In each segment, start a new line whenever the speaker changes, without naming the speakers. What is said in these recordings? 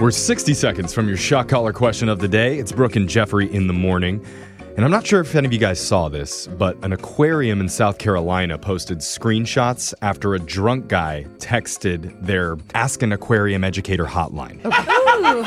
We're 60 seconds from your shock collar question of the day. It's Brooke and Jeffrey in the morning. And I'm not sure if any of you guys saw this, but an aquarium in South Carolina posted screenshots after a drunk guy texted their Ask an Aquarium Educator hotline.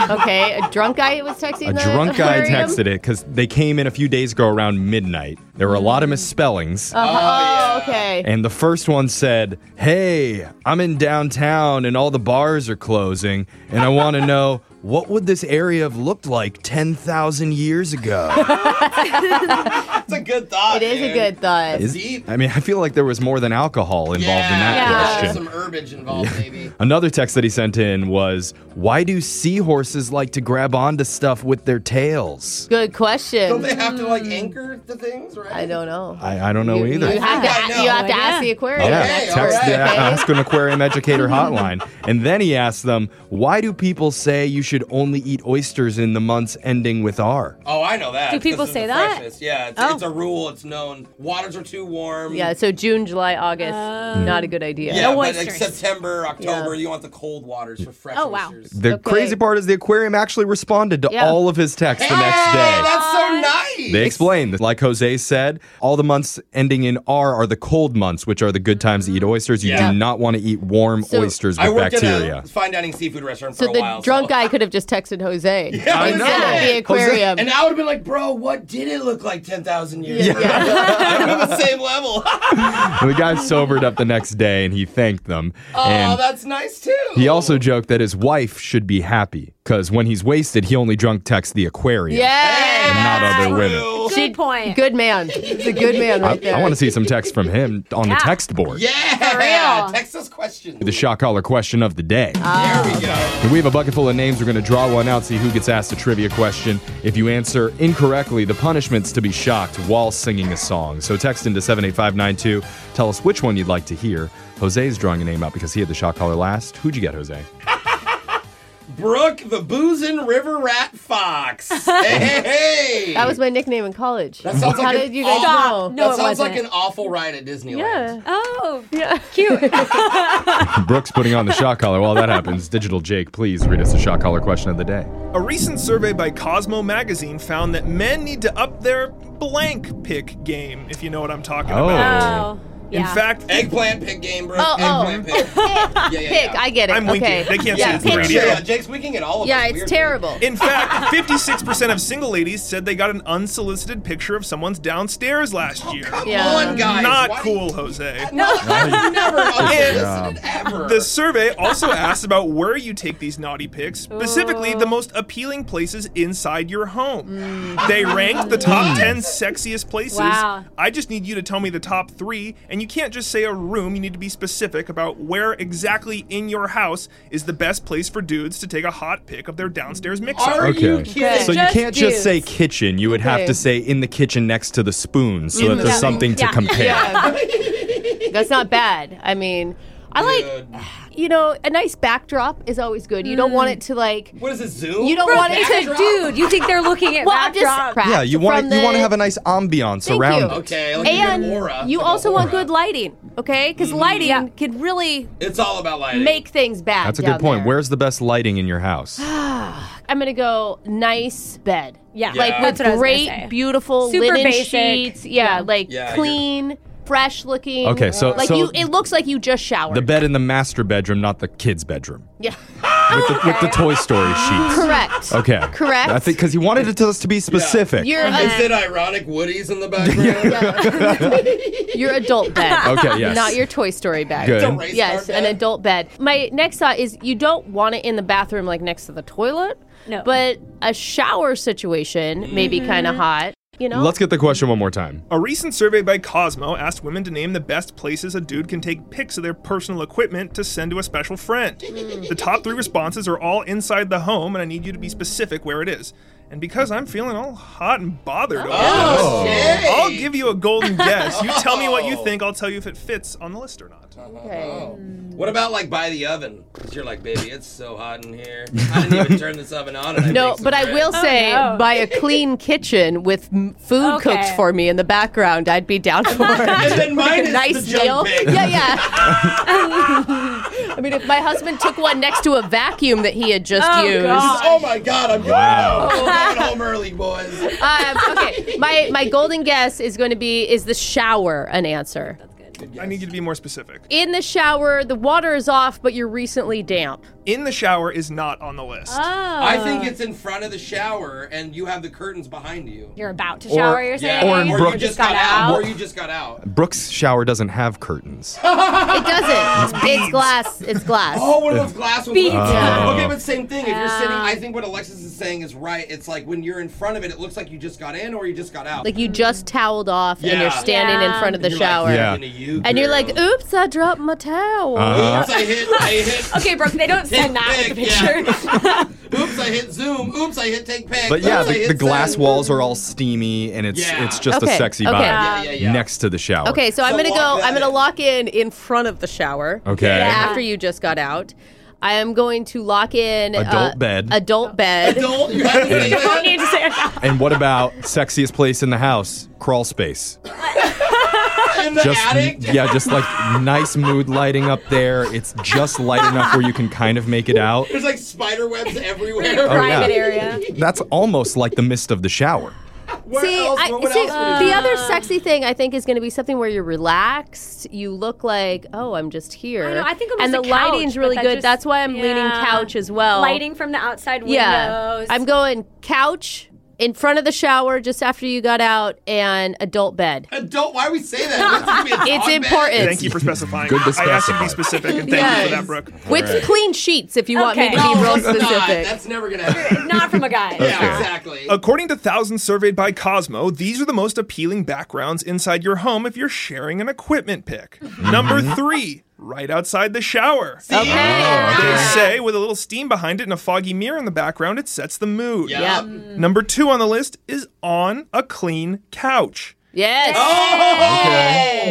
okay, a drunk guy was texting.
A
the
drunk guy
aquarium?
texted it because they came in a few days ago around midnight. There were a lot of misspellings.
Oh, okay.
And the first one said, Hey, I'm in downtown and all the bars are closing, and I want to know what would this area have looked like 10,000 years ago?
That's a good thought.
It is a
man.
good thought.
Is-
Deep.
I mean, I feel like there was more than alcohol involved
yeah.
in that
Yeah.
question.
Some herbage involved, maybe.
Another text that he sent in was, Why do seahorses like to grab onto stuff with their tails?
Good question.
Don't they have to like anchor the things, right?
Mm. I don't know.
I, I don't know
you,
either.
You have to,
Yeah, I know.
you have to
Yeah.
ask the aquarium.
Yeah,
Okay, all
text the
right.
Ask an Aquarium Educator hotline. And then he asked them, why do people say you should only eat oysters in the months ending with R?
Oh, I know that.
Do people
'cause it's
say
the
that?
freshest. Yeah, it's,
Oh.
it's a rule. It's known. Waters are too warm.
Yeah, so June, July, August, not a good idea.
Oh. Yeah,
No
but like
oysters.
September, October,
Yeah.
you want the cold waters for fresh
Oh, wow.
oysters.
The
Okay.
crazy part is the aquarium actually responded to
Yeah.
all of his texts the next
Hey,
day.
that's so nice.
They explained that, like Jose said, all the months ending in R are the cold months, which are the good times to eat oysters. You
Yeah.
do not want to eat warm
So-
oysters
I
with
worked
bacteria.
at a fine dining seafood restaurant
So
for a
the
while.
drunk
so.
guy could have just texted Jose
I
instead
know.
of the
Jose-
aquarium.
And I would have been like, bro, what did it look like 10,000 years
Yeah.
ago? We're the same level.
the guy sobered up the next day and he thanked them.
Oh,
and
that's nice too.
He
Oh.
also joked that his wife should be happy because when he's wasted, he only drunk texts the aquarium.
yeah.
not other women.
True.
Good point.
Good man. He's a good man right
I,
there.
want to see some text from him on the
Yeah.
text board.
Yeah.
real.
Texas question.
The shock collar question of the day.
Uh.
there we go.
we have a bucket full of names. We're going to draw one out, see who gets asked a trivia question. If you answer incorrectly, the punishment's to be shocked while singing a song. So text into 78592. Tell us which one you'd like to hear. Jose's drawing a name out because he had the shock collar last. Who'd you get, Jose?
Brooke the Boozin' River Rat Fox. hey, hey, hey.
that was my nickname in college.
That sounds
How
like Oh,
did
an
you guys
awful-
know?
No,
that
it
sounds like
wasn't.
an awful ride at Disneyland.
Yeah.
Oh,
Yeah.
cute.
Brooks putting on the shock collar. While that happens, Digital Jake, please read us the shock collar question of the day.
A recent survey by Cosmo Magazine found that men need to up their blank pick game, if you know what I'm talking
Oh.
about.
Oh,
In
yeah.
fact,
Eggplant pig game, bro.
Oh, oh.
Eggplant pig. yeah, yeah,
Pick.
yeah.
I get it.
I'm winking.
okay.
They can't
yeah.
see it on the
Pick.
radio.
Yeah, Jake's winking at all of us.
Yeah, it's
weirdly.
terrible.
in fact, 56% of single ladies said they got an unsolicited picture of someone's downstairs last year.
Oh, Come
Yeah.
on, guys.
Not
Why do you-
cool, Jose.
No, I've never unsolicited ever.
The survey also asked about where you take these naughty pics, specifically the most appealing places inside your home. They ranked the top 10 sexiest places.
Wow.
I just need you to tell me the top three, and you can't just say a room. You need to be specific about where exactly in your house is the best place for dudes to take a hot pic of their downstairs mix
Are
up.
you
Okay.
kidding?
So you
Just
can't just
dudes.
say kitchen. You would have
Okay.
to say in the kitchen next to the spoon so
In
that
the
there's
spoon.
something to
Yeah.
compare.
That's not bad. I mean, I like,
Dude.
you know, a nice backdrop is always good. You don't
Mm.
want it to like.
What is it, Zoom?
You don't
Bro,
want it
It's a
backdrop?
dude. You think they're looking at
Well, I'm just
backdrop?
crap
Yeah, you want
from
to, you want to
the-
have a nice ambiance
Thank
around
you.
it.
Okay, like
And
a good aura.
you
Like a
also want
aura. Mm-hmm.
good lighting, okay? Because lighting
Yeah.
can really
It's all about lighting.
make things bad.
That's a
down
good point.
there.
Where's the best lighting in your house?
I'm gonna go nice bed.
Yeah.
Like,
Like with
That's
what I was gonna
great,
say.
beautiful
Super
linen
basic.
sheets. Yeah,
Yeah.
like
Yeah, you're-
clean, fresh looking.
Okay, so-
like
so-
you, it looks like you just showered.
The bed in the master bedroom, not the kids' bedroom.
Yeah,
With the, with the Toy Story sheets.
correct.
Okay.
Correct.
I think because he wanted it to us to be specific.
You're
Is
a,
it ironic Woody's in the background?
your adult bed.
Okay, yes.
Not your Toy Story bed.
Good.
Don't raise
Yes,
our
an
bed.
adult bed. My next thought is you don't want it in the bathroom, like next to the toilet.
No. Mm-hmm.
But a shower situation may be kind of hot. You know.
Let's get the question one more time.
A recent survey by Cosmo asked women to name the best places a dude can take pics of their personal equipment to send to a special friend.
Hmm.
the top three responses are all inside the home, and I need you to be specific where it is. And because I'm feeling all hot and bothered, over
Oh,
this,
shit. Oh.
I'll give you a golden guess. You tell me what you think, I'll tell you if it fits on the list or not.
Okay.
What about like by the oven? Because you're like, baby, it's so hot in here. I didn't even turn this oven on. And I
No,
baked some
but I
bread."
will say,
Oh, no.
by a clean kitchen with m- food
Okay.
cooked for me in the background, I'd be down for it.
And then mine is
nice
the junk
meal.
pig.
Yeah, yeah. I mean, if my husband took one next to a vacuum that he had just
Oh,
used.
God.
Oh my god, I'm going
Wow.
home. I'm going home early, boys.
Um, okay, my my golden guess is going to be is the shower an answer?
I need you to be more specific.
In the shower, the water is off, but you're recently damp.
In the shower is not on the list.
I
Uh.
think it's in front of the shower and you have the curtains behind you.
You're about to shower, you're saying?
or in
or
Brooke-
you just got, out. Or you just got out.
Brooke's shower doesn't have curtains.
It doesn't. It's glass. It's glass.
Oh, one of those glass ones.
Beads.
Oh.
Okay, but same thing. If you're sitting,
Uh.
I think what Alexis is saying is right. It's like when you're in front of it, it looks like you just got in or you just got out.
Like you just toweled off and
Yeah.
you're standing in
Yeah.
front of the
You're like,
shower.
Yeah.
"Fucking you,
And you're
girl."
like, oops, I dropped my towel.
Uh-huh.
Oops, I hit, I hit.
Okay, Brooke, they don't send that with the
Yeah.
picture.
Oops, I hit Zoom. Oops, I hit take pic.
But yeah,
Oops, I
the,
hit
the glass
send.
walls are all steamy, and it's
Yeah.
it's just a
Okay,
sexy
okay.
vibe
Yeah, yeah, yeah.
next to the shower.
Okay, so, I'm
So
gonna
lock
go.
that
I'm gonna
in.
lock in in front of the shower.
Okay.
Yeah.
After you just got out, I am going to lock in uh,
Adult bed.
Adult bed.
Adult, you have to say
don't
that.
need to say that.
And what about sexiest place in the house? Crawl space.
In the
Just
attic.
yeah, just like nice mood lighting up there. It's just light enough where you can kind of make it out.
There's like spider webs everywhere.
Private area.
That's almost like the mist of the shower.
Where
See,
else?
I,
what what
see uh,
else would it be?
the other sexy thing I think is going to be something where you're relaxed. You look like, oh, I'm just here.
I know, I think
and
almost
the
a couch,
lighting's
but
really
that
good.
just-
That's why I'm leaning
yeah.
couch as well.
Lighting from the outside windows.
Oh. Yeah, I'm going couch in front of the shower just after you got out and adult bed.
Adult, why we say that? It's,
It's important.
Thank you for specifying.
Good to
I asked you
specify.
to be specific, and thank you for
Yes.
that, Brooke.
With clean sheets, if you want me to
Okay. Oh
be
No,
real
it's
specific.
Not. That's never gonna happen.
Not from a guy.
Yeah, exactly.
According to thousands surveyed by Cosmo, these are the most appealing backgrounds inside your home if you're sharing an equipment pick. Number
Mm-hmm.
three, right outside the shower.
Oh,
They say with a little steam behind it and a foggy mirror in the background, it sets the mood.
Yeah.
Yep.
Number two on the list is on a clean couch.
Yes.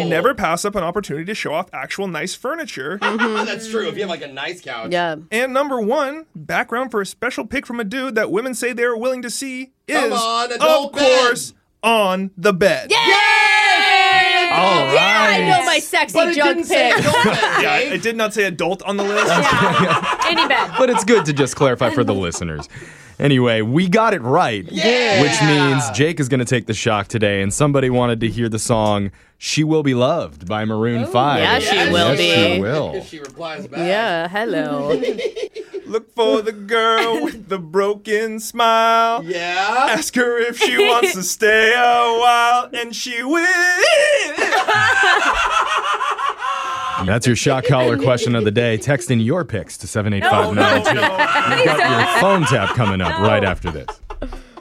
Never pass up an opportunity to show off actual nice furniture.
Oh, that's true. If you have like a nice couch.
Yeah.
and number one, background for a special pick from a dude that women say they're willing to see is,
Come on,
of
adult bed.
course, on the bed.
All
Oh,
right.
I know my sexy
But it
junk
didn't say
pic.
adult bed,
Yeah, I, I
right?
did not say adult on the list.
Yeah. Any bed.
But it's good to just clarify for the listeners. Anyway, we got it right.
Yeah.
Which means Jake is going to take the shock today, and somebody wanted to hear the song She Will Be Loved by Maroon 5.
Oh, yeah, she
Yes,
will
yes,
be.
She will.
If she replies back.
Yeah, hello.
Look for the girl with the broken smile.
Yeah.
Ask her if she wants to stay a while, and she will.
And that's your shock collar question of the day. Text in your picks to 78590.
no.
You've got your phone tap coming up right after this.